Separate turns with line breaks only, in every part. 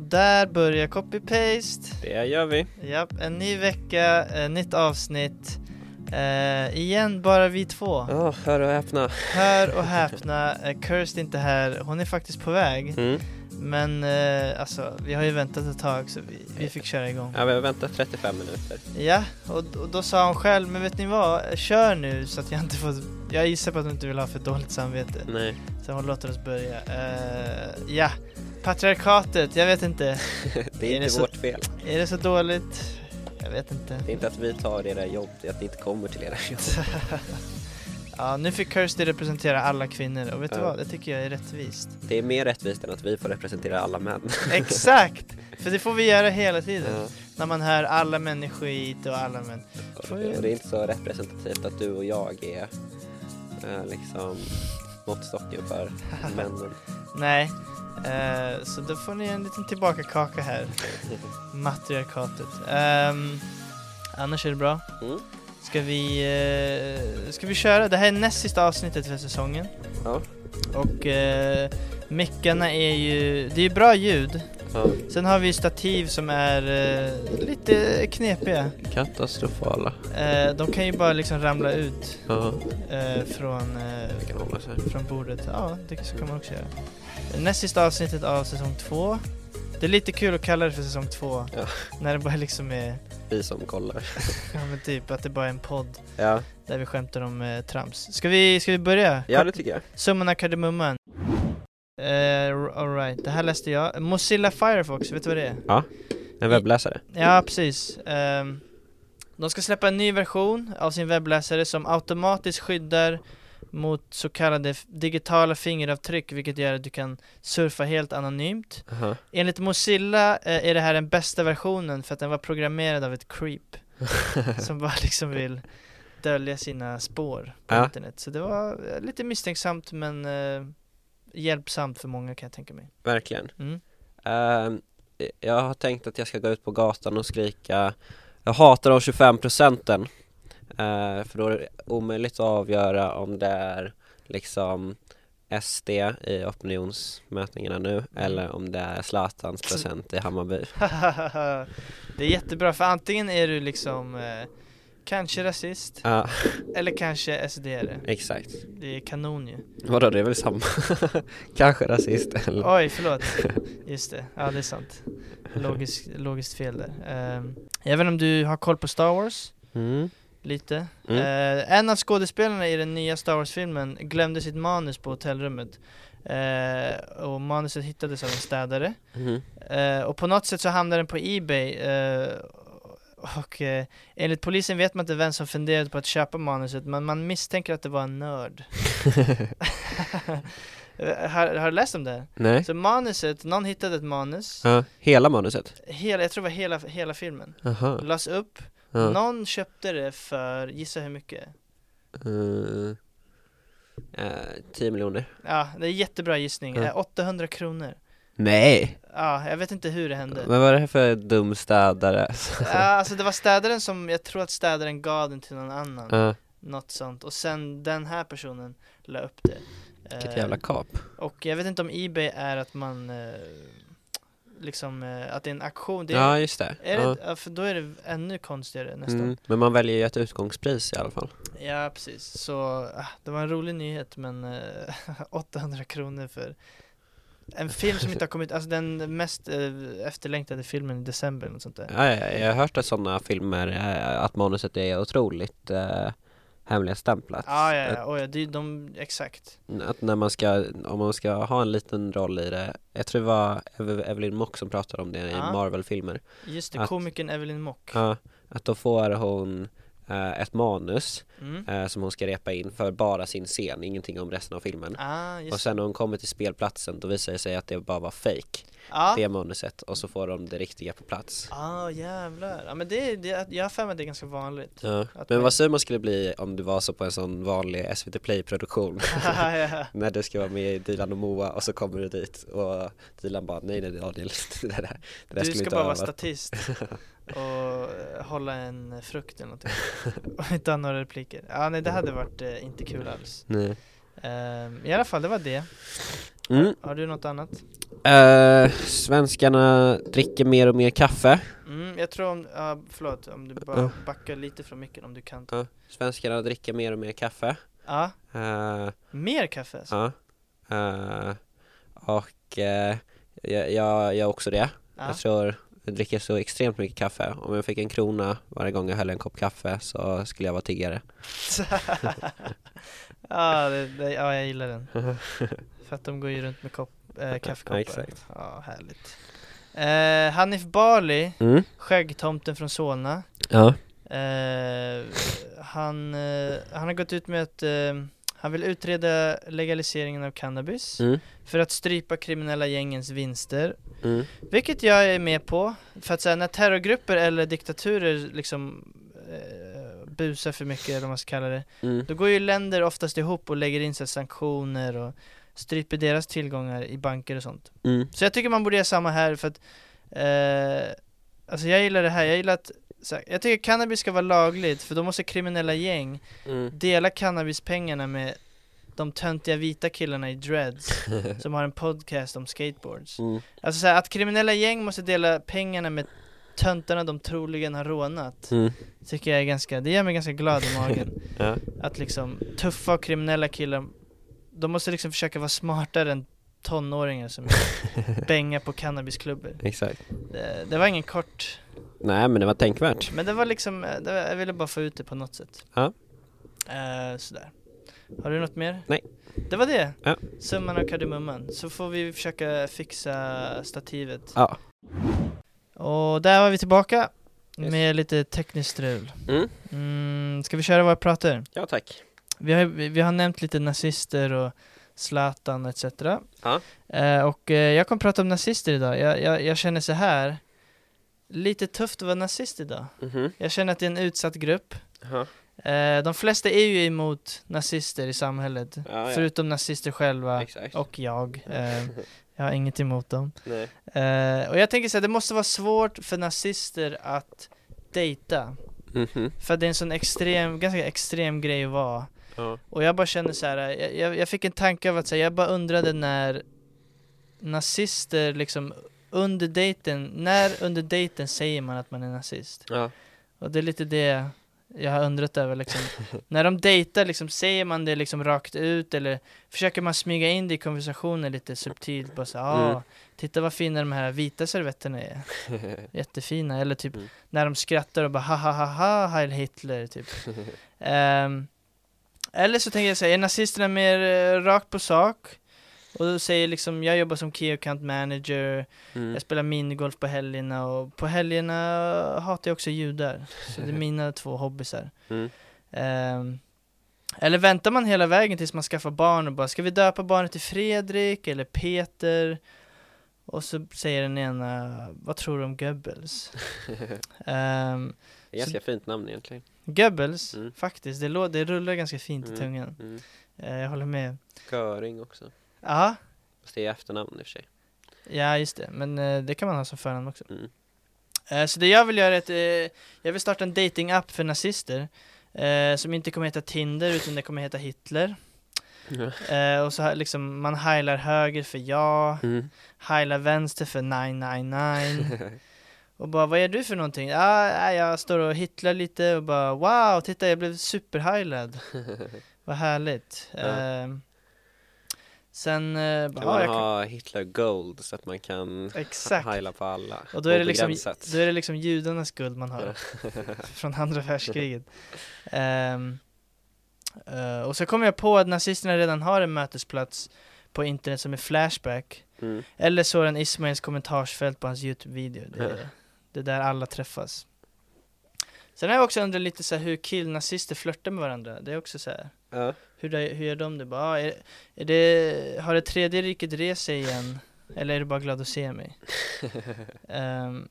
där börjar copy-paste.
Det gör vi.
Japp, en ny vecka, ett nytt avsnitt. Eh, igen, bara vi två.
Oh, hör och häpna.
Hör och häpna, eh, Kirst är inte här. Hon är faktiskt på väg.
Mm.
Men eh, alltså, vi har ju väntat ett tag så vi, vi fick köra igång.
Ja, vi har väntat 35 minuter.
Ja, och, och då sa hon själv, men vet ni vad? Kör nu så att jag inte får... Jag gissar på att hon inte vill ha för dåligt samvete.
Nej.
Så hon låter oss börja. Eh, ja, patriarkatet, jag vet inte.
Det är,
Är det
inte
så-
vårt fel.
Är det så dåligt? Jag vet inte.
Det är inte att vi tar era jobb, det är att ni inte kommer till era jobb.
Ja, nu fick Kirsty representera alla kvinnor och vet du
Ja.
vad? Det tycker jag är rättvist.
Det är mer rättvist än att vi får representera alla män.
Exakt! För det får vi göra hela tiden.
Ja.
När man hör alla män är skit och alla män.
Och det och det är inte så representativt att du och jag är eh, liksom måttstocken för männen.
Nej. Eh, så då får ni en liten tillbakakaka här. Matriarkatet. Ehm, annars är det bra.
Mm.
Ska vi, eh, ska vi köra? Det här är näst sista avsnittet för säsongen.
Ja.
Och eh, mickarna är ju, det är ju bra ljud.
Ja.
Sen har vi stativ som är eh, lite knepiga.
Katastrofala.
Eh, de kan ju bara liksom ramla ut
Ja,
eh, från, eh,
det kan hålla sig.
från bordet. Ja, det så kan man också göra. Näst sista avsnittet av säsong två. Det är lite kul att kalla det för säsong två.
Ja.
När det bara liksom är,
Vi som kollar.
ja men typ att det bara är en podd
Ja,
där vi skämtar om eh, trams. Ska vi, ska vi börja?
ja det tycker jag.
Summan av kardemumman. Uh, Alright, det här läste jag. Mozilla Firefox, vet du vad det är?
En webbläsare.
Ja, precis. Ehm, de ska släppa en ny version av sin webbläsare som automatiskt skyddar mot så kallade f- digitala fingeravtryck, vilket gör att du kan surfa helt anonymt.
Aha.
Enligt Mozilla eh, är det här den bästa versionen för att den var programmerad av ett creep som bara liksom vill dölja sina spår på
Ja.
internet. Så det var eh, lite misstänksamt men eh, hjälpsamt för många kan jag tänka mig.
Verkligen.
Mm.
Ehm, jag har tänkt att jag ska gå ut på gatan och skrika Jag hatar de 25 procenten Eh, För då är det omöjligt att avgöra om det är liksom SD i opinionsmätningarna nu eller om det är Zlatans procent i Hammarby
det är jättebra för antingen är du liksom eh, kanske rasist
Ja,
eller kanske SD-are.
exakt
Det är kanon ju.
Vadå, det är väl samma? Kanske rasist eller?
Oj, förlåt. Just det, ja det är sant. Logisk, logiskt fel där. Ehm, jag vet inte om du har koll på Star Wars?
Mm.
Lite.
Mm.
Eh, en av skådespelarna i den nya Star Wars-filmen glömde sitt manus på hotellrummet. Eh, och manuset hittades av en städare.
Mhm.
Eh, och på något sätt så hamnar den på Ebay eh, och eh, enligt polisen vet man inte vem som funderade på att köpa manuset men man misstänker att det var en nörd. Eh, har, har du läst om det? här?
Nej?
Så manuset, någon hittade ett manus,
Ja, hela manuset?
hela, jag tror det var hela, hela filmen,
Aha.
lades upp,
Ja.
någon köpte det för, gissa hur mycket?
Eh, eh, 10 miljoner
Ja, det är jättebra gissning,
Ja.
Eh, 800 kronor.
Nej!
Ja, jag vet inte hur det hände.
Men vad är det här för dum städare?
Ja, alltså det var städaren som, jag tror att städaren gav den till någon annan.
Ja,
Något sånt. Och sen den här personen la upp det.
Vilket
Eh,
jävla kap.
och jag vet inte om Ebay är att man eh, liksom, eh, att det är en auktion. Det är,
Ja, just det.
är
ja.
det, ja, för då är det ännu konstigare nästan.
Mm. Men man väljer ju ett utgångspris i alla fall.
Ja, precis. Så ah, det var en rolig nyhet, men eh, 800 kronor för en film som inte har kommit, alltså den mest eh, efterlängtade filmen i december, något sånt där.
Ja, ja, jag har hört att sådana filmer, eh, att manuset är otroligt eh, hemligstämplat.
Ah, ja, ja, oh, ja, det är de, exakt.
Att, att när man ska, om man ska ha en liten roll i det. Jag tror det var Eve- Evelyn Mock som pratade om det i
Ja.
Marvel-filmer.
Just det,
Att-
komikern Evelyn Mock.
Ja, att då får hon eh, ett manus
Mm.
eh, som hon ska repa in för bara sin scen, ingenting om resten av filmen.
Ah, just
Och sen när hon kommer till spelplatsen då visar det sig att det bara var fake
ah.
det manuset och så får de det riktiga på plats.
Ah jävlar, ja men det, det jag har för mig att det är ganska vanligt
Ja.
Att
Men
man-
vad sur man skulle bli om du var så på en sån vanlig SVT Play-produktion
Ja, ja.
när du ska vara med i Dilan och Moa och så kommer du dit och Dilan bara nej nej Daniel, det där, det
Du
där skulle
ska
inte
bara vara
ha varit."
statist och eh, hålla en frukt eller någonting och inte ha några repliker Ja nej det hade varit eh, inte kul alls
Nej.
Ehm, I alla fall, det var det
Mm.
Har du något annat?
Eh, svenskarna dricker mer och mer kaffe.
Mm, jag tror om, ja, förlåt om du bara
Ja.
backar lite från micken om du kan ta.
Ja. Svenskarna dricker mer och mer kaffe.
Ja,
Eh,
mer kaffe alltså?
Ja Eh, Och eh, jag, jag, jag också det
Ja.
Jag tror jag dricker så extremt mycket kaffe Om jag fick en krona varje gång jag höll en kopp kaffe så skulle jag vara tiggare
ja, det, det, ja, jag gillar den. För att de går ju runt med kopp, eh, kaffekoppar.
Ja, exakt.
Ja, härligt. Eh, Hanif Bali,
mm.
skäggtomten från Solna.
Ja
Eh, han, eh, han har gått ut med att eh, han vill utreda legaliseringen av cannabis
mm.
för att strypa kriminella gängens vinster
Mm.
Vilket jag är med på, för att säga när terrorgrupper eller diktaturer liksom eh, busar för mycket eller vad man ska kalla det
Mm.
Då går ju länder oftast ihop och lägger in sig sanktioner och stryper deras tillgångar i banker och sånt
Mm.
Så jag tycker man borde göra samma här för att eh, Alltså jag gillar det här, jag gillar att så här, jag tycker cannabis ska vara lagligt för då måste kriminella gäng
Mm.
dela cannabispengarna med de töntiga vita killarna i dreads som har en podcast om skateboards
Mm.
Alltså så här, att kriminella gäng måste dela pengarna med töntarna de troligen har rånat
Mm.
Tycker jag är ganska, det gör mig ganska glad i magen
Ja.
Att liksom tuffa och kriminella killar De måste liksom försöka vara smartare än tonåringar som bängar på cannabisklubbar
Exakt
det, det var ingen kort
Nej men det var tänkvärt
Men det var liksom, eh, det var, jag ville bara få ut det på något sätt
Ja.
Eh, Sådär Har du något mer?
Nej.
Det var det!
Ja.
Summan av kardemumman Så får vi försöka fixa stativet
Ja
Och där var vi tillbaka
Yes.
med lite tekniskt strul.
mm.
Mm, ska vi köra våra prater?
Ja tack
Vi har, vi vi har nämnt lite nazister och Zlatan etc.
Ja.
Eh, och eh, jag kommer prata om nazister idag. Jag, jag, jag känner så här. Lite tufft att vara nazist idag.
Mhm.
Jag känner att det är en utsatt grupp.
Jaha.
Eh, de flesta är ju emot nazister i samhället.
Ja, ja.
Förutom nazister själva
Exakt
och jag. Eh, jag har inget emot dem.
Nej.
Eh, och jag tänker så här, det måste vara svårt för nazister att dejta.
Mhm.
För att det är en sån extrem, ganska extrem grej att vara.
Ja.
Och jag bara känner så här, eh, jag, jag, jag fick en tanke av att säga, jag bara undrade när nazister liksom under dejten, när under dejten säger man att man är nazist?
Ja.
Och det är lite det jag har undrat över liksom. när de dejtar liksom, säger man det liksom rakt ut eller försöker man smyga in det i konversationen lite subtilt? Bara så här, ah,
Mm.
titta vad fina de här vita servetterna är. Jättefina, eller typ när de skrattar och bara ha ha ha ha Heil Hitler typ Ehm, Eller så tänker jag säga, är nazisterna mer eh, rakt på sak? Och då säger liksom, jag jobbar som Key Account Manager,
Mm.
jag spelar minigolf på helgerna och på helgerna hatar jag också judar Så det är mina två hobbysar
Mm.
Ehm, Eller väntar man hela vägen tills man skaffar barn och bara, ska vi döpa barnet till Fredrik eller Peter? Och så säger den ena, vad tror du om Goebbels? Ehm,
Det är Ganska fint namn egentligen
Goebbels,
Mm.
faktiskt, det, lå- det rullar ganska fint i
Mm.
tungan.
mm.
Eh, jag håller med.
Göring också
Ja,
Fast det är efternamn i och för sig
ja just det. Men eh, det kan man ha som förnamn också.
Mm.
Eh, så det jag vill göra är att eh, jag vill starta en dating-app för nazister. Eh, som inte kommer heta Tinder utan det kommer heta Hitler. Eh, och så här, liksom, man heilar höger för ja,
Mm.
heilar vänster för 999. och bara, vad är du för någonting? Ah, nej, jag står och hitlar lite och bara, wow, titta jag blev superheilad. Vad härligt.
Ja.
Ehm, sen, eh, bara,
Kan
ja,
man
jag kan,
ha Hitler Gold så att man kan
exakt.
heila på alla?
Och då är, det liksom,
Obegränsat.
då är det liksom judarnas skuld man har från andra världskriget. Ehm, eh, och så kommer jag på att nazisterna redan har en mötesplats på internet som är Flashback.
mm.
Eller Soran Ismails kommentarsfält på hans YouTube-video. Det, är- det är där alla träffas. Sen har jag också undrat lite så här hur killnazister flörtar med varandra. Det är också så här.
Ja.
Hur, det, hur gör de det? Bara, ah, är, är det? Har det tredje riket rest sig igen? Eller är du bara glad att se mig? Ehm,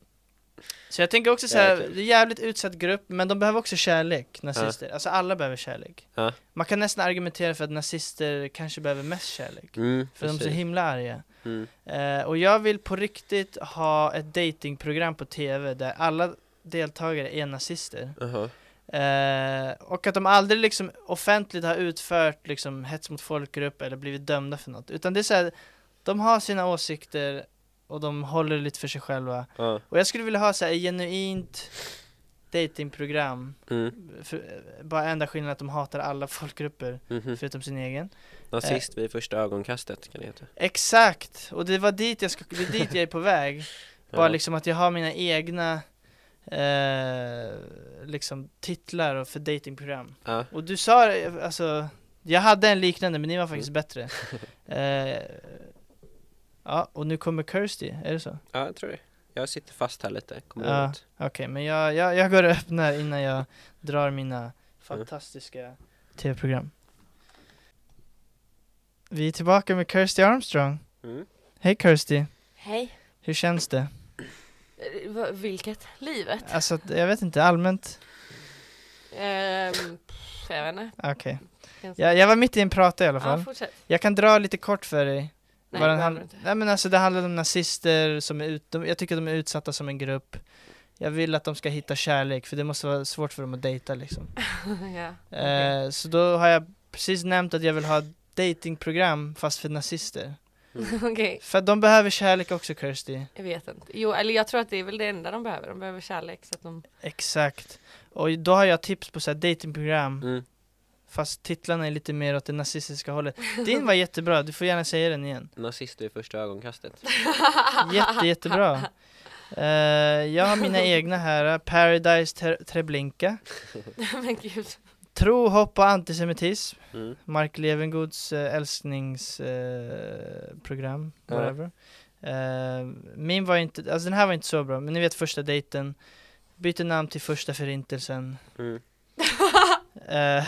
så jag tänker också så här,
Jävligt kul.
det är en jävligt utsatt grupp, men de behöver också kärlek, nazister. Alltså alla behöver kärlek.
Ja.
Man kan nästan argumentera för att nazister kanske behöver mest kärlek.
Mm,
För de är så
precis.
himla arga.
mm.
Eh, och jag vill på riktigt ha ett datingprogram på TV där alla deltagare är nazister.
Aha.
Eh, och att de aldrig liksom offentligt har utfört liksom hets mot folkgrupp eller blivit dömda för något. Utan det är så här, de har sina åsikter och de håller lite för sig själva.
Ja.
Och jag skulle vilja ha så här, ett genuint datingprogram.
Mm.
För, bara enda skillnaden att de hatar alla folkgrupper
Mhm.
förutom sin egen.
Nazist vid första ögonkastet kan det heta.
Exakt! Och det var dit jag, ska, det är dit jag är på väg. Bara
Ja.
liksom att jag har mina egna eh, liksom titlar och för datingprogram.
Ja.
Och du sa, eh, alltså, jag hade en liknande men ni var faktiskt bättre. Eh, ja, och nu kommer Kirsty, är det så?
ja, jag tror det. Jag sitter fast här lite, kommer
Ja.
åt.
Okej, men jag, jag, jag går och öppnar innan jag drar mina fantastiska tv-program. Vi är tillbaka med Kirsty Armstrong.
Mm.
Hej Kirsty,
Hej.
hur känns det?
Eh, va- Vilket? Livet?
Alltså, att- jag vet inte, allmänt?
Ehm, pff, jag vet inte.
Okej.
Ganska-
Jag, jag var mitt i en prata i alla fall.
Ja, fortsätt.
jag kan dra lite kort för dig.
Nej,
vad den
behöver
hand-
du inte.
Nej men alltså det handlar om nazister som är ut, de, jag tycker de är utsatta som en grupp. Jag vill att de ska hitta kärlek, för det måste vara svårt för dem att dejta liksom.
ja. okej.
Eh, så då har jag precis nämnt att jag vill ha ett datingprogram fast för nazister.
Okej,
För att de behöver kärlek också Kirsty.
jag vet inte. Jo, eller jag tror att det är väl det enda de behöver. De behöver kärlek så att de...
Exakt. Och då har jag tips på så här datingprogram
Mm.
fast titlarna är lite mer åt det nazistiska hållet. Din var jättebra, du får gärna säga den igen.
Nazist vid första ögonkastet.
Jätte, jättebra. Eh, jag har mina egna här, Paradise Ter- Treblinka.
Men gud.
Tro, hopp och antisemitism.
Mm.
Mark Levengoods eh, älskningsprogram,
Ja.
whatever. Eh, min var inte, alltså den här var inte så bra, men ni vet första dejten. Byter namn till första förintelsen.
Mm.
Eh,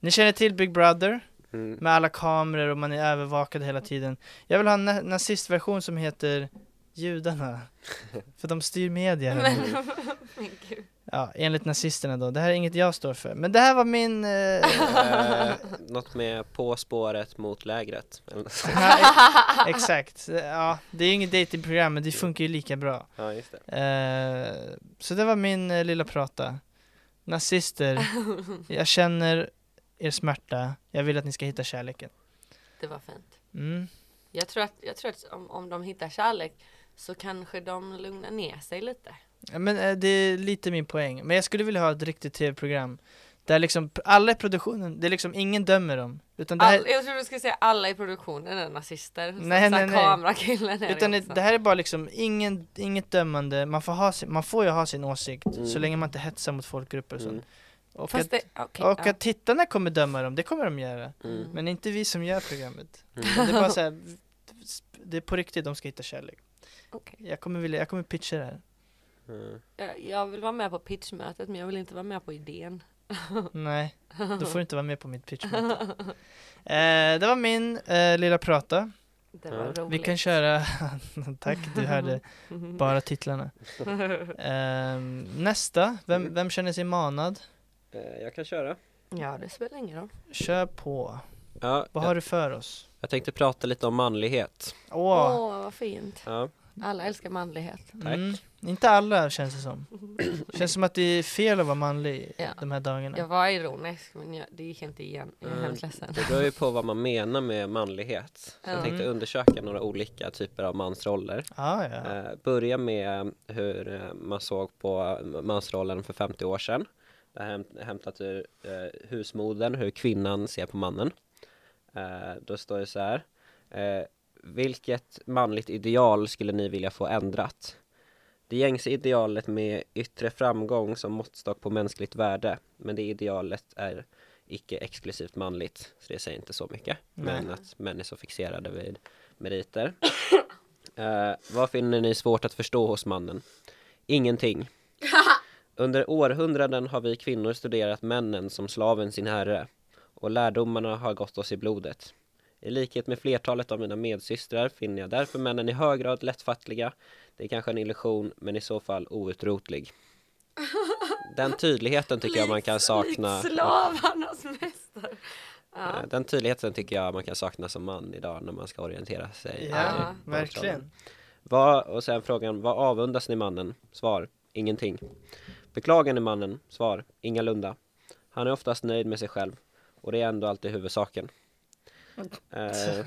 ni känner till Big Brother?
Mm.
Med alla kameror och man är övervakad hela tiden. Jag vill ha en na- nazistversion som heter Judarna. För de styr media. här nu.
Men, men gud.
Ja, enligt nazisterna då. Det här är inget jag står för. Men det här var min... Eh,
Eh, något med På spåret mot lägret. eller något sånt.
nej, exakt. Ja, det är ju inget datingprogram men det funkar ju lika bra.
Ja, just det.
Eh, så det var min eh, lilla prata. Nazister, jag känner er smärta. Jag vill att ni ska hitta kärleken.
Det var fint.
Mm.
Jag tror att, jag tror att om, om de hittar kärlek så kanske de lugnar ner sig lite.
Ja, Men eh, det är lite min poäng. Men jag skulle vilja ha ett riktigt tv-program där liksom p- alla i produktionen, det är liksom ingen dömer dem. Utan det här,
All, jag tror du skulle säga alla i produktionen är nazister.
Nej, nej,
Nej, nej,
nej.
Kamerakillen är
utan det,
också.
det här är bara liksom ingen, inget dömande, man får, ha sin, man får ju ha sin åsikt
Mm.
så länge man inte hetsar mot folkgrupper och sånt.
Mm.
Och,
Fast
att,
det, okej,
och
ja.
att tittarna kommer döma dem, det kommer de göra.
Mm.
Men inte vi som gör programmet.
Mm.
Det är bara så här, det är på riktigt, de ska hitta kärlek.
Okej.
Jag kommer, vilja, jag kommer pitcha det här.
Mm.
Jag- Eh, Jag vill vara med på pitchmötet men jag vill inte vara med på idén.
Nej, då får du inte vara med på mitt pitchmöte. Eh, det var min eh, lilla prata.
Det
Ja.
var
Vi
roligt. Mhm.
kan köra, tack du hörde bara titlarna. Ehm, nästa, vem,
Mm.
vem känner sig manad?
Eh, jag kan köra.
ja, det spelar ingen roll.
Kör på,
Ja,
vad
jag,
har du för oss?
jag tänkte prata lite om manlighet.
Åh,
Åh, vad fint.
Ja.
Alla älskar manlighet.
tack.
mm, inte alla känns det som. Känns som att det är fel att vara manlig
Ja.
de här dagarna.
Jag var ironisk men jag, det gick inte igen. Jag är
Mm.
hemskt ledsen.
Det beror ju på vad man menar med manlighet. Så
Ja.
jag tänkte
Mm.
undersöka några olika typer av mansroller.
Ja, ja.
Eh, börja med hur eh, man såg på mansrollen för 50 år sedan. Det här är hämt- hämtat ur eh, husmodern, hur kvinnan ser på mannen. Eh, då står det så här. Eh, vilket manligt ideal skulle ni vilja få ändrat? Det gängse idealet med yttre framgång som måttstock på mänskligt värde. Men det idealet är icke exklusivt manligt. Så det säger inte så mycket.
Nej.
Men att män är så fixerade vid meriter. Eh, vad finner ni svårt att förstå hos mannen? Ingenting. Under århundraden har vi kvinnor studerat männen som slaven sin herre och lärdomarna har gått oss i blodet. I likhet med flertalet av mina medsystrar finner jag därför männen i hög grad lättfattliga. Det är kanske en illusion, men i så fall outrotlig. Den tydligheten tycker jag man kan sakna.
Likt slavarnas mästare. Ja.
Eh, Den tydligheten tycker jag man kan sakna som man idag när man ska orientera sig. i
ja,
mansrollen.
verkligen.
Vad, och sen frågan, vad avundas ni mannen? Svar, ingenting. Beklagar ni mannen? Svar, ingalunda. Han är oftast nöjd med sig själv och det är ändå alltid huvudsaken. Eh,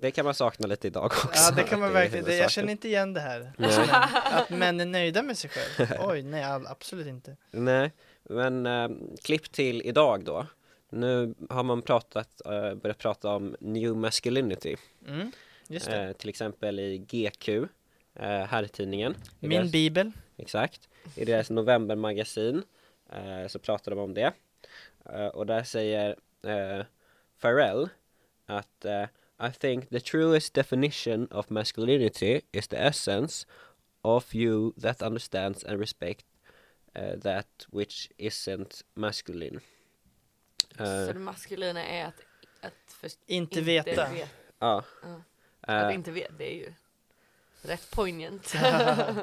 det kan man sakna lite idag också.
Ja det kan
att
man
är
verkligen, det, jag
huvudsaken.
känner inte igen det här.
Nej.
Att män är nöjda med sig själv. Oj, nej all- absolut inte.
Nej, men eh, klipp till idag då. Nu har man pratat, eh, börjat prata om new masculinity.
Mm, just det.
Eh, till exempel i GQ, eh, herrtidningen. I
Min
deras-
bibel.
Exakt. I deras novembermagasin eh, så pratade de om det. Eh, och där säger eh, Farrell att eh, I think the truest definition of masculinity is the essence of you that understands and respect eh, that which isn't masculine. Eh,
Så det maskulina är att, att för,
Inte veta.
vet-
Ja.
Ja.
Eh,
Att inte veta är ju rätt poignant.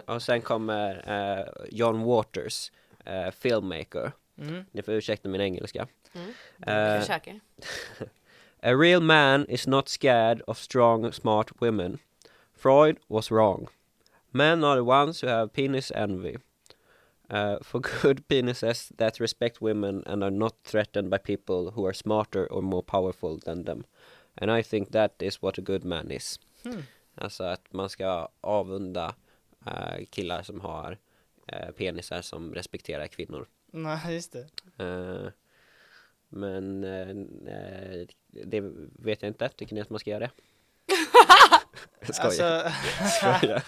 och sen kommer eh, John Waters, eh, filmmaker.
Mm.
Ni får ursäkta min engelska.
Mm.
Eh,
Försöker.
A real man is not scared of strong, smart women. Freud was wrong. Men are the ones who have penis envy. Uh, for good penises that respect women and are not threatened by people who are smarter or more powerful than them. And I think that is what a good man is.
Hmm.
Alltså att man ska avunda eh, killar som har eh, penisar som respekterar kvinnor.
Nej, just det.
Eh, men eh, n- eh, det vet jag inte. Tycker ni att man ska göra det? Jag skojar.
Alltså,
Skojar.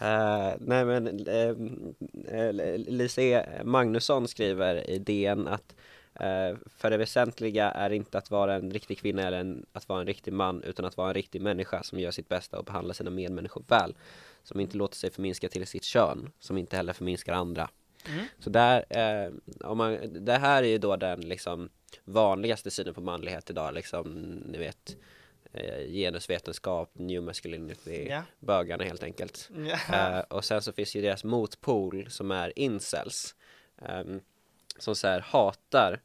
Eh, nej men ehm, eh, Lisa E. Magnusson skriver i DN att eh, för det väsentliga är inte att vara en riktig kvinna eller en, att vara en riktig man utan att vara en riktig människa som gör sitt bästa och behandlar sina medmänniskor väl. Som inte låter sig förminska till sitt kön, som inte heller förminskar andra.
Mm.
Så där, eh, om man, det här är ju då den liksom vanligaste synen på manlighet idag liksom, ni vet eh, genusvetenskap, new masculinity,
ja.
bögarna helt enkelt.
ja.
Eh, och sen så finns ju deras motpol som är incels. ehm, som så här hatar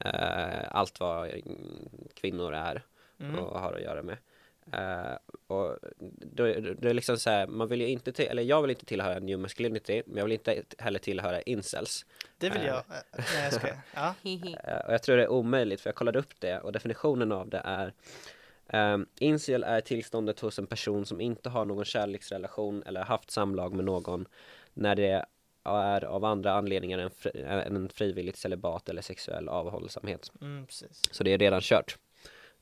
eh, allt vad mm, kvinnor är
Mm.
och har att göra med. Eh, och då, då, då är liksom så här, man vill ju inte till, eller jag vill inte tillhöra new masculinity, men jag vill inte heller tillhöra incels.
Det vill
eh.
jag. Eh, Nej, jag skojar. Ja.
Hihi.
Eh, och jag tror det är omöjligt, för jag kollade upp det och definitionen av det är Um, incel är tillståndet hos en person som inte har någon kärleksrelation eller haft samlag med någon när det är av andra anledningar än, fri, än en frivilligt celibat eller sexuell avhållsamhet.
Mm, precis.
Så det är redan kört.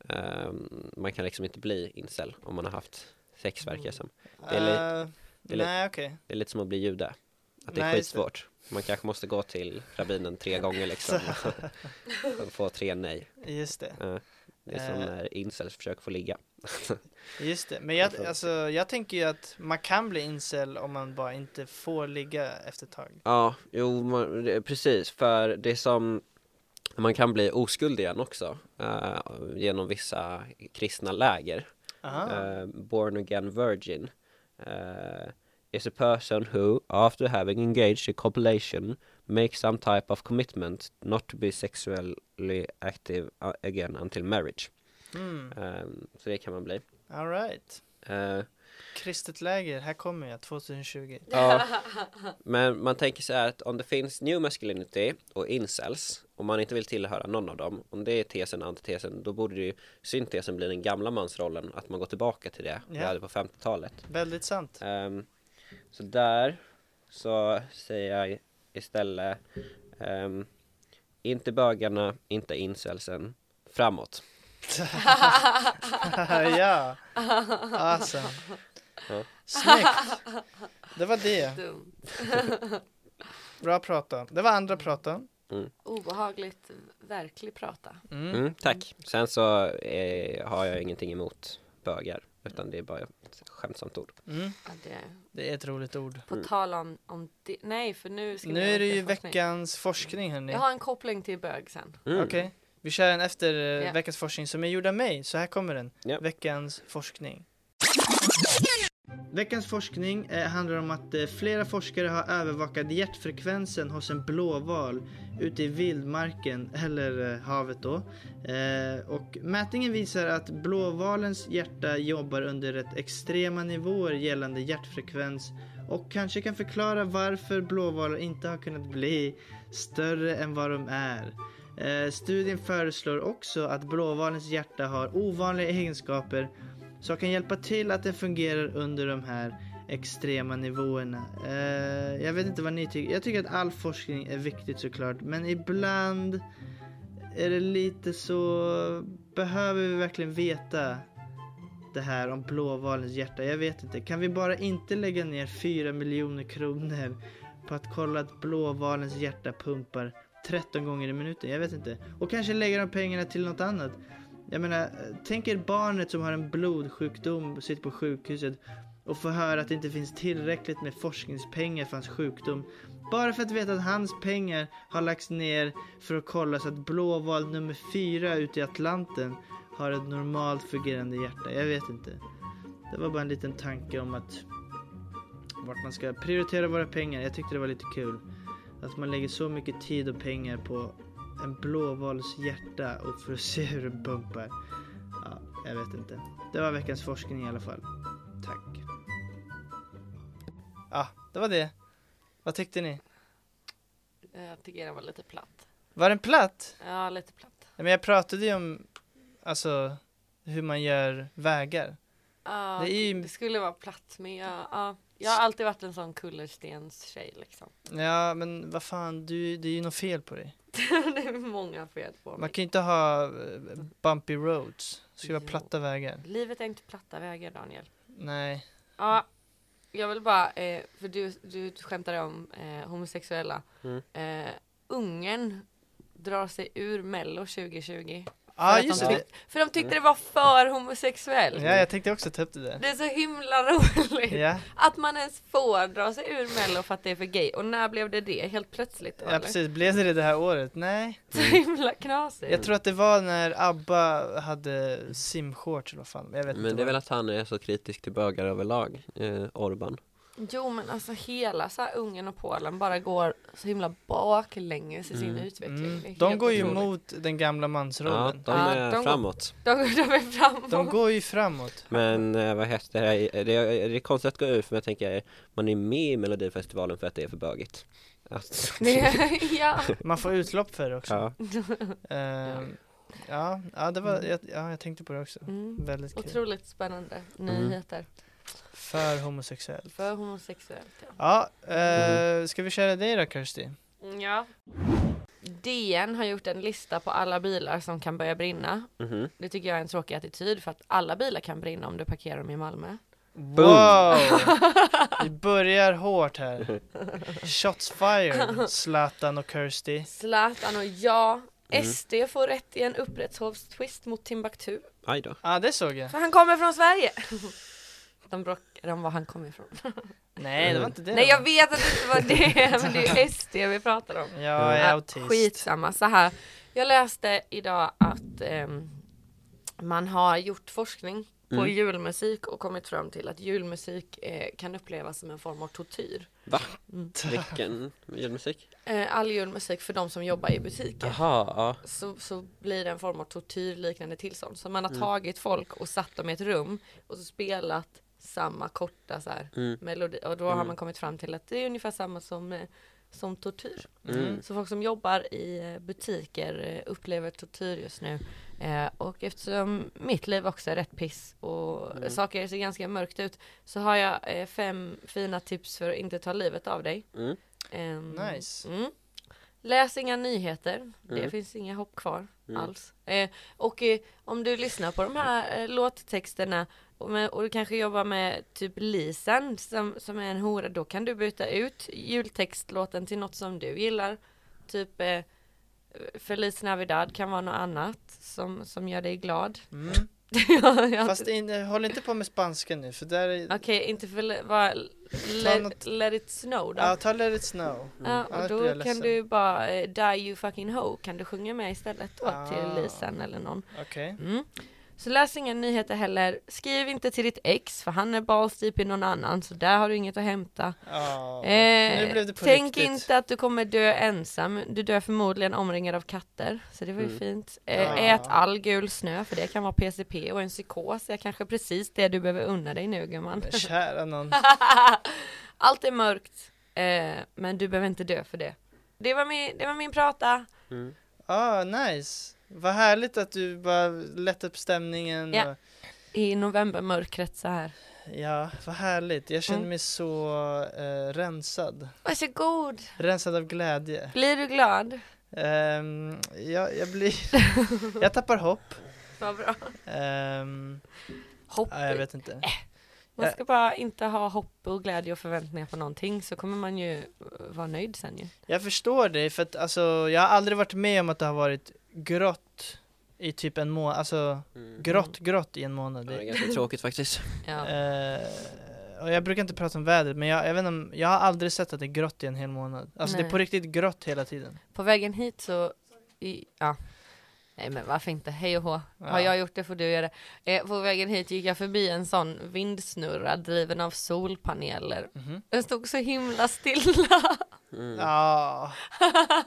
Ehm, man kan liksom inte bli incel om man har haft sex verkar
Mm.
det som. Det är li-
Eh,
det är li-
Nej, okej.
Det är lite som att bli jude. Att det är
Nej, just det.
skitsvårt. Man kanske måste gå till rabbinen tre gånger liksom. och få tre nej.
Just det.
Ja, det är som
Eh.
när incels försöker få ligga.
Just det. Men jag, alltså, jag tänker ju att man kan bli incel om man bara inte får ligga efter ett tag.
Ja, jo man, det- precis, för det är som man kan bli oskuld igen också eh, genom vissa kristna läger.
Aha.
Eh, born again virgin eh, is a person who after having engaged in copulation makes some type of commitment not to be sexually active uh, again until marriage.
Mm.
Eh, så det kan man bli.
All right.
Eh,
Kristet läger, här kommer jag 2020.
Ja, men man tänker så här att om det finns new masculinity och incels och man inte vill tillhöra någon av dem, om det är tesen och antitesen, då borde ju syntesen bli den gamla mansrollen, att man går tillbaka till det vi
Ja.
hade på 50-talet.
Väldigt sant.
Ehm, så där så säger jag istället ehm, inte bögarna, inte incelsen, framåt.
ja. Awesome.
Ja.
Snyggt. Det var det.
Dumt.
Bra prata. Det var
Mm.
andra prata.
Obehagligt verklig prata.
Mm.
Mm, tack. Sen så eh, har jag ingenting emot bögar, utan det är bara ett skämtsamt ord.
Mm.
Ja, det,
Det är ett roligt ord.
på tal om, om det. Nej, för nu ska
Nu
vi
är det ju
forskning.
veckans forskning hörni.
Jag har en koppling till bög sen.
Mm.
Okej, vi kör en efter eh,
Ja.
veckans forskning som är gjord av mig, så här kommer den.
Ja.
Veckans forskning. Veckans forskning eh, handlar om att eh, flera forskare har övervakat hjärtfrekvensen hos en blåval ute i vildmarken, eller eh, havet då. Eh, och mätningen visar att blåvalens hjärta jobbar under rätt extrema nivåer gällande hjärtfrekvens och kanske kan förklara varför blåvalar inte har kunnat bli större än vad de är. Eh, studien föreslår också att blåvalens hjärta har ovanliga egenskaper som kan hjälpa till att den fungerar under de här extrema nivåerna. Eh, jag vet inte vad ni tycker. Jag tycker att all forskning är viktigt såklart, men ibland är det lite så... Behöver vi verkligen veta det här om blåvalens hjärta? Jag vet inte. Kan vi bara inte lägga ner 4 miljoner kronor på att kolla att blåvalens hjärta pumpar 13 gånger i minuten? Jag vet inte. Och kanske lägga de pengarna till något annat. Jag menar, eh, tänk er barnet som har en blodsjukdom och sitter på sjukhuset och får höra att det inte finns tillräckligt med forskningspengar för hans sjukdom. Bara för att veta att hans pengar har lagts ner för att kolla så att blåval nummer fyra ute i Atlanten har ett normalt fungerande hjärta. Jag vet inte. Det var bara en liten tanke om att vart man ska prioritera våra pengar. Jag tyckte det var lite kul. Att man lägger så mycket tid och pengar på en blåvals hjärta och för att se hur den pumpar. Ja, jag vet inte. Det var veckans forskning i alla fall. Tack. Ja, det var det. Vad tyckte ni?
Eh, Jag tycker den var lite platt.
Var den platt?
Ja, lite platt.
Nej, Men jag pratade ju om alltså, hur man gör vägar.
Ja,
Det
det,
är ju-
skulle vara platt men jag, ja, jag har alltid varit en sån kullerstenstjej liksom.
Ja, men vad fan, du, det är ju något fel på dig.
det är många fel på mig.
Man kan ju inte ha eh, bumpy roads. Det ska vara
Jo.
platta vägar.
Livet är inte platta vägar Daniel.
Nej.
Ja, jag vill bara, eh, för du, du skämtade om eh, homosexuella.
Mm.
Eh, Ungern drar sig ur mello 2020.
Ja,
för,
ah,
att de
just det.
tyck- för de tyckte det var för homosexuellt.
Ja, jag tänkte också ta upp det där.
Det är så himla roligt
Ja,
att man ens får dra sig ur mello för att det är för gay. Och när blev det det? Helt plötsligt?
ja
eller?
precis. Blev det det det här året? Nej.
Så himla knasigt.
Jag tror att det var när ABBA hade simshorts eller vad fan. Jag vet
Men
inte
det är
vad.
väl att han är så kritisk till bögar överlag, eh, Orban
Jo men alltså hela så här Ungern och Polen bara går så himla baklänges i sin
Mm.
utveckling. Det är
Mm. De
helt
går ju
otroligt.
mot den gamla
Ja,
mansrollen.
de
Ja,
är
de går-
framåt
De, de är framåt.
De går ju framåt.
Men eh, vad heter det, det är, det är konstigt att gå ur för jag tänker Man är med i melodifestivalen för att det är för bögigt Att-
Det- ja.
Man får utlopp för det också.
Ja,
Ehm, ja, ja, det var, jag, ja, jag tänkte på det också.
Mm.
Väldigt kul.
Otroligt spännande nyheter
För homosexuell.
för homosexuellt. Ja.
Ja, eh,
Mm.
ska vi köra dig då Kirsti?
ja. DN har gjort en lista på alla bilar som kan börja brinna.
mhm
Det tycker jag är en tråkig attityd för att alla bilar kan brinna om du parkerar dem i Malmö.
Wow! Vi börjar hårt här. Shots fired, Zlatan och Kirsty.
Zlatan och jag.
Mm.
SD får rätt i en upprättshovstvist mot Timbuktu.
Aj då
Ja, ah, det såg jag.
För han kommer från Sverige! De bråkade om var han kommer ifrån.
Nej, det var inte det.
Nej jag vet att det inte var det, men det är ju SD vi pratar om.
Jag är
Ja,
autist.
Skitsamma, så här. Jag läste idag att ehm, man har gjort forskning på
Mm.
julmusik och kommit fram till att julmusik eh, kan upplevas som en form av tortyr.
Va?
Mm.
Vilken julmusik?
Eh, all julmusik för de som jobbar i butiker.
Jaha, ja
Så, så blir det en form av tortyrliknande tillstånd. Så man har
Mm.
tagit folk och satt dem i ett rum och så spelat samma korta så här,
Mm.
melodi. Och då har man kommit fram till att det är ungefär samma som, eh, som tortyr.
Mm.
Så folk som jobbar i eh, butiker eh, upplever tortyr just nu. Eh, och eftersom mitt liv också är rätt piss och
Mm.
saker ser ganska mörkt ut så har jag eh, fem fina tips för att inte ta livet av dig.
Mm.
Ehm,
Nice.
Mm. Läs inga nyheter, det
Mm.
finns inga hopp kvar
Mm.
alls. Eh, och eh, om du lyssnar på de här eh, låttexterna och, med, och du kanske jobbar med typ Lisen som, som är en hora, då kan du byta ut jultextlåten till något som du gillar. Typ eh, Feliz Navidad kan vara något annat som, som gör dig glad.
Mm.
Jag- jag-
Fast in, håll inte på med spanska nu, för där är...
Okej, inte för vad,
Ta
let,
något-
let it snow då.
Ja, ta Let it snow.
Ja,
Annars
och
blir jag
då kan
ledsen.
du bara eh, Die You Fucking Ho kan du sjunga med istället då
Ah.
till Lisen eller någon.
Okej.
Mm. Så läs inga nyheter heller. Skriv inte till ditt ex för han är balls deep i någon annan så där har du inget att hämta.
Ja.
Eh,
nu blev det på
tänk
riktigt.
inte att du kommer dö ensam. Du dör förmodligen omringad av katter så det var ju fint. Eh,
Ah.
Ät all gul snö för det kan vara PCP och en psykos är kanske precis det du behöver unna dig nu gumman.
Kära någon.
Allt är mörkt, eh, men du behöver inte dö för det. Det var min, det var min prata.
ah, nice. Vad härligt att du bara lätt upp stämningen.
Ja.
Och,
I novembermörkret så här.
ja, vad härligt. Jag känner
Mm.
mig så eh, rensad.
Varsågod!
Rensad av glädje.
Blir du glad?
Ehm, jag, jag blir... jag tappar hopp.
Vad bra.
Ehm,
Hopp.
ja, jag vet inte.
Man ska bara inte ha hopp och glädje och förväntningar på någonting så kommer man ju eh, vara nöjd sen ju.
Jag förstår dig, för att alltså, jag har aldrig varit med om att det har varit grått i typ en månad, alltså
Mm.
grått, grått i en månad.
Ja, Det är
Det,
ganska tråkigt faktiskt
Ja.
eh, och jag brukar inte prata om vädret, men jag, jag vet inte, om- jag har aldrig sett att det är grått i en hel månad. Alltså det är
Nej.
på riktigt grått hela tiden.
På vägen hit så, i, ja. Nej men varför inte, hej och hå.
Ja.
Har jag gjort det får du göra det. Eh, på vägen hit gick jag förbi en sån vindsnurra driven av solpaneler.
Mm-hmm.
Mhm.
Den stod så himla stilla.
mm.
Ja,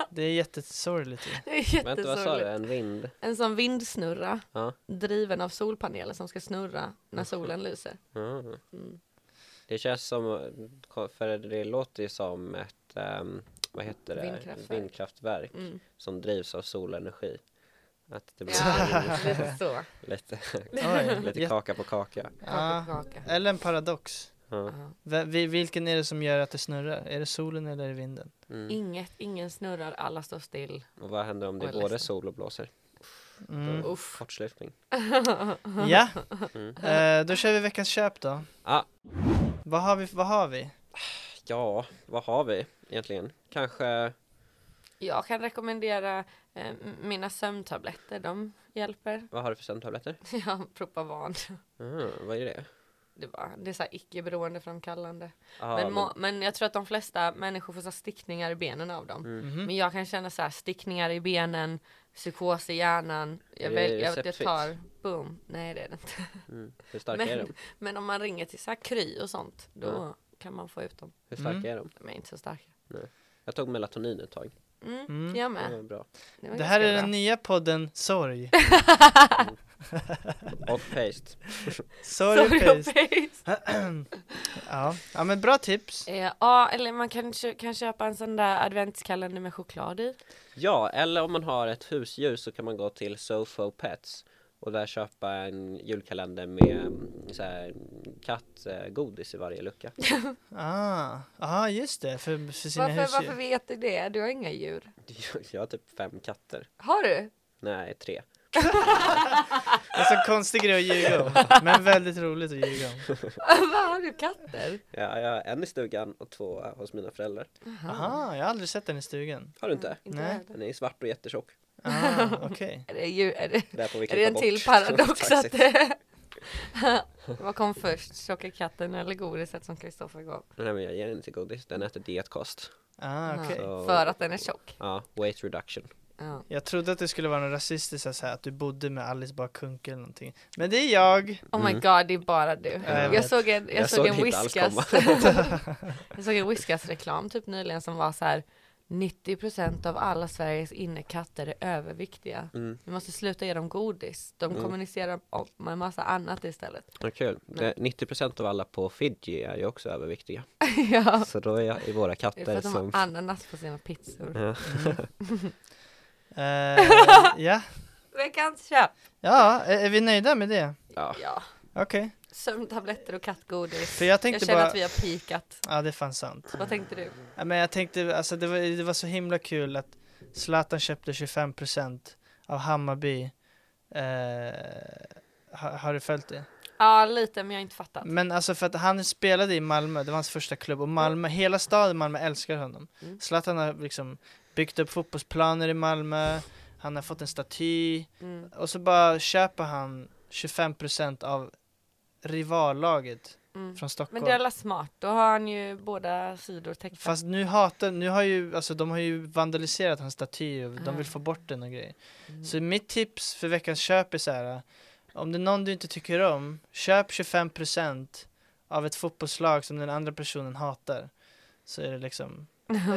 det är jättesorgligt ju.
Det är
Vänta vad sa du?
jättesorgligt.
En vind?
En sån vindsnurra
Ja.
driven av solpaneler som ska snurra när solen lyser.
Mm.
Mm.
Det känns som, för det låter ju som ett, ehm, vad heter det?
Vindkraftverk.
Vindkraftverk
Mm.
som drivs av solenergi Att det blir
Ja, lite så.
lite,
Oj,
lite
jätte-
kaka på kaka
ja.
Kaka, kaka.
Eller en paradox.
ja.
Ja.
V- vi- vilken är det som gör att det snurrar? Är det solen eller är det vinden?
mm.
Inget, ingen snurrar, alla står still.
Och vad händer om det
Vad
är både
ledsen.
sol och blåser?
Mm.
Uff.
Kortslutning
Ja,
mm.
eh, då kör vi veckans köp då.
Ja.
Vad har vi? Vad har vi?
Ja, vad har vi egentligen? Kanske
Jag kan rekommendera eh, mina sömntabletter, de hjälper.
Vad har du för sömntabletter?
Ja, Propavan.
Mm, vad är det?
Det, var, det är så här icke-beroendeframkallande.
Ah,
men, må, men jag tror att de flesta människor får så här stickningar i benen av dem.
Mm.
Mhm.
Men jag kan känna så här stickningar i benen, psykos i hjärnan. Jag,
Är det
väl, jag, jag
receptfritt?
tar, boom. Nej det är det inte.
mm. Hur starka är de?
Men, men om man ringer till så här Kry och sånt, då
Ja.
kan man få ut dem.
Hur starka
Mm.
är de?
De är inte så starka.
Jag tog melatonin ett tag,
Mm,
Mm.
Jag
det
med.
var bra
var
Det här
ganska
är
bra.
den nya podden Sorg.
Off paste
Sorry,
Sorry,
Pace.
paste.
Ja. ja, men bra tips.
Eh, Ja, eller man kan, kö- kan köpa en sån där adventskalender med choklad i.
Ja, eller om man har ett husdjur så kan man gå till Sofo Pets och där köpa en julkalender med mm, så här, kattgodis i varje lucka.
Ah, ah just det, för, för sina
Varför, varför
husdjur.
vet du det? Du har inga djur.
Jag har typ fem katter.
Har du?
Nej, tre.
Det är så konstig grej att ljuga om, men väldigt roligt att ljuga om.
Vad har du katter?
Ja, jag har en i stugan och två hos mina föräldrar.
Aha, jag har aldrig sett den i stugan.
Har du inte?
Inte
Nej.
jag heller.
Den är svart och jättetjock.
Ah, okej.
Är det, djur, är det,
Där får vi
är
klippa
det en
bort.
till paradox att
Taxi.
det... Vad kom först? Tjocka katten eller godiset som Kristoffer gav?
Nej, men jag ger den inte godis. Den äter dietkost.
Ah, okej.
Så-
För att den är tjock.
Ja, weight reduction.
Ja.
Jag trodde att det skulle vara något rasistiskt så här, att du bodde med Alice Bah Kuhnke eller någonting. Men det är jag!
Oh my
Mm.
god, det är bara du.
jag
jag,
vet.
såg en, jag,
Jag
såg
såg
en
inte alls
Whiskas. jag såg en Whiskas reklam typ nyligen som var så här 90% av alla Sveriges innekatter är överviktiga.
Mm.
Vi måste sluta ge dem godis. De
Mm.
kommunicerar om med en massa annat istället.
Vad kul. Det, 90% av alla på Fiji är ju också överviktiga.
ja,
Så då är jag i våra
det är för
katter
att de har
som...
ananas på sina pizzor.
Ja.
Eh, ja.
Veckans köp!
ja, är är vi nöjda med det?
Ja.
Ja,
Okej.
sömntabletter och kattgodis.
För jag
Jag
tänkte
känner
bara...
att vi har pikat.
Ja, det är fan sant.
Vad tänkte du?
Ja, men jag tänkte, alltså det var, det var så himla kul att Zlatan köpte 25% av Hammarby. Eh, har, har du följt det?
Ja, lite men jag har inte fattat.
Men alltså för att han spelade i Malmö, det var hans första klubb och Malmö, hela staden Malmö älskar honom.
Mm.
Zlatan har liksom byggt upp fotbollsplaner i Malmö, han har fått en staty
Mm.
och så bara köper han 25% av rivallaget
Mm.
från Stockholm.
Men det är alla smart, då har han ju båda sidor täckta.
Fast nu hatar, nu har ju, alltså de har ju vandaliserat hans staty och de
Ah.
vill få bort den och grejer.
Mm.
Så mitt tips för veckans köp är så här. om det är någon du inte tycker om, köp 25% av ett fotbollslag som den andra personen hatar. Så är det liksom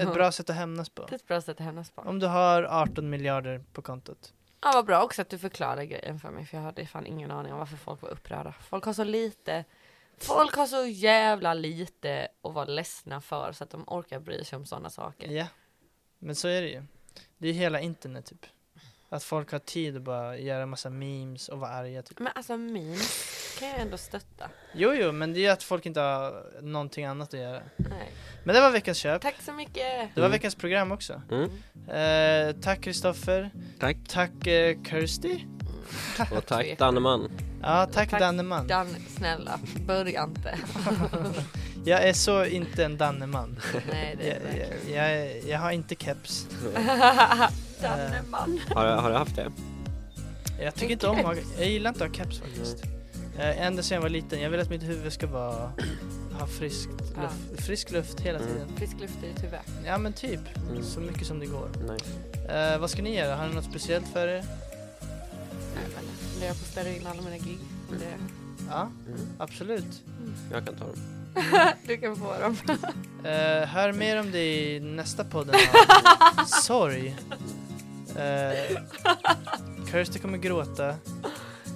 ett bra sätt att hämnas på.
Det är ett bra sätt att hämnas på.
Om du har 18 miljarder på kontot.
Ja vad bra också att du förklarar grejen för mig för jag hade fan ingen aning om varför folk var upprörda. Folk har så lite, folk har så jävla lite att vara ledsna för så att de orkar bry sig om sådana saker.
Ja, men så är det ju. Det är hela internet typ. Att folk har tid att bara göra massa memes och vara arga typ.
Men alltså memes kan jag ändå stötta.
Jo, jo, men det är ju att folk inte har någonting annat att göra.
Nej.
Men det var veckans köp.
Tack så mycket!
Det var
Mm.
veckans program också.
Mm.
Eh, tack Kristoffer.
Tack.
Tack eh, Kirsty.
Och tack Danneman.
Ja, tack,
Mm, Tack,
Danneman.
Dan, snälla, börja inte.
Jag är så inte en Danneman.
Nej, det
Jag,
är det.
jag, jag, jag har inte keps.
Danneman.
Har, du- har du haft det?
Jag tycker inte om att ha, jag gillar inte att ha keps faktiskt. Eh, Ända sedan jag var liten, jag vill att mitt huvud ska vara, ha friskt
Ja.
luft, frisk luft hela
Mm.
tiden.
Frisk luft i ditt huvud.
Ja men typ,
Mm.
så mycket som det går.
Nej.
Eh, vad ska ni göra? Har ni något speciellt för er?
Nej, men jag funderar på att ställa in alla mina gig. Men det-
Ja,
Mm.
absolut.
Jag kan ta dem.
Du kan få dem.
Eh, hör mer om det i nästa podden av Sorg. Eh, Kirsty kommer gråta.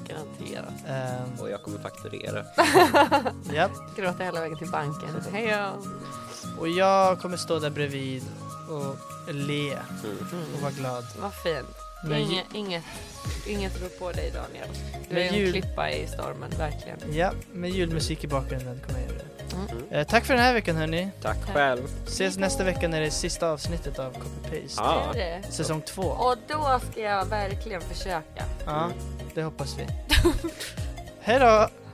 Garanterat.
Eh,
Och jag kommer fakturera.
japp.
Gråta hela vägen till banken. Hej då.
Och jag kommer stå där bredvid och le
Mm.
och vara glad.
Vad fint.
Men ju-
Inge, inget, inget rår på dig Daniel. Du
Men
är en
jul-
klippa i stormen, verkligen.
Ja, med julmusik i bakgrunden kommer jag göra det.
Mm.
Eh, tack för den här veckan hörni.
Tack själv.
Ses nästa vecka när det är sista avsnittet av Copy Paste.
Ja.
Det är det.
Säsong två.
Och då ska jag verkligen försöka.
Ja, det hoppas vi. Hej då!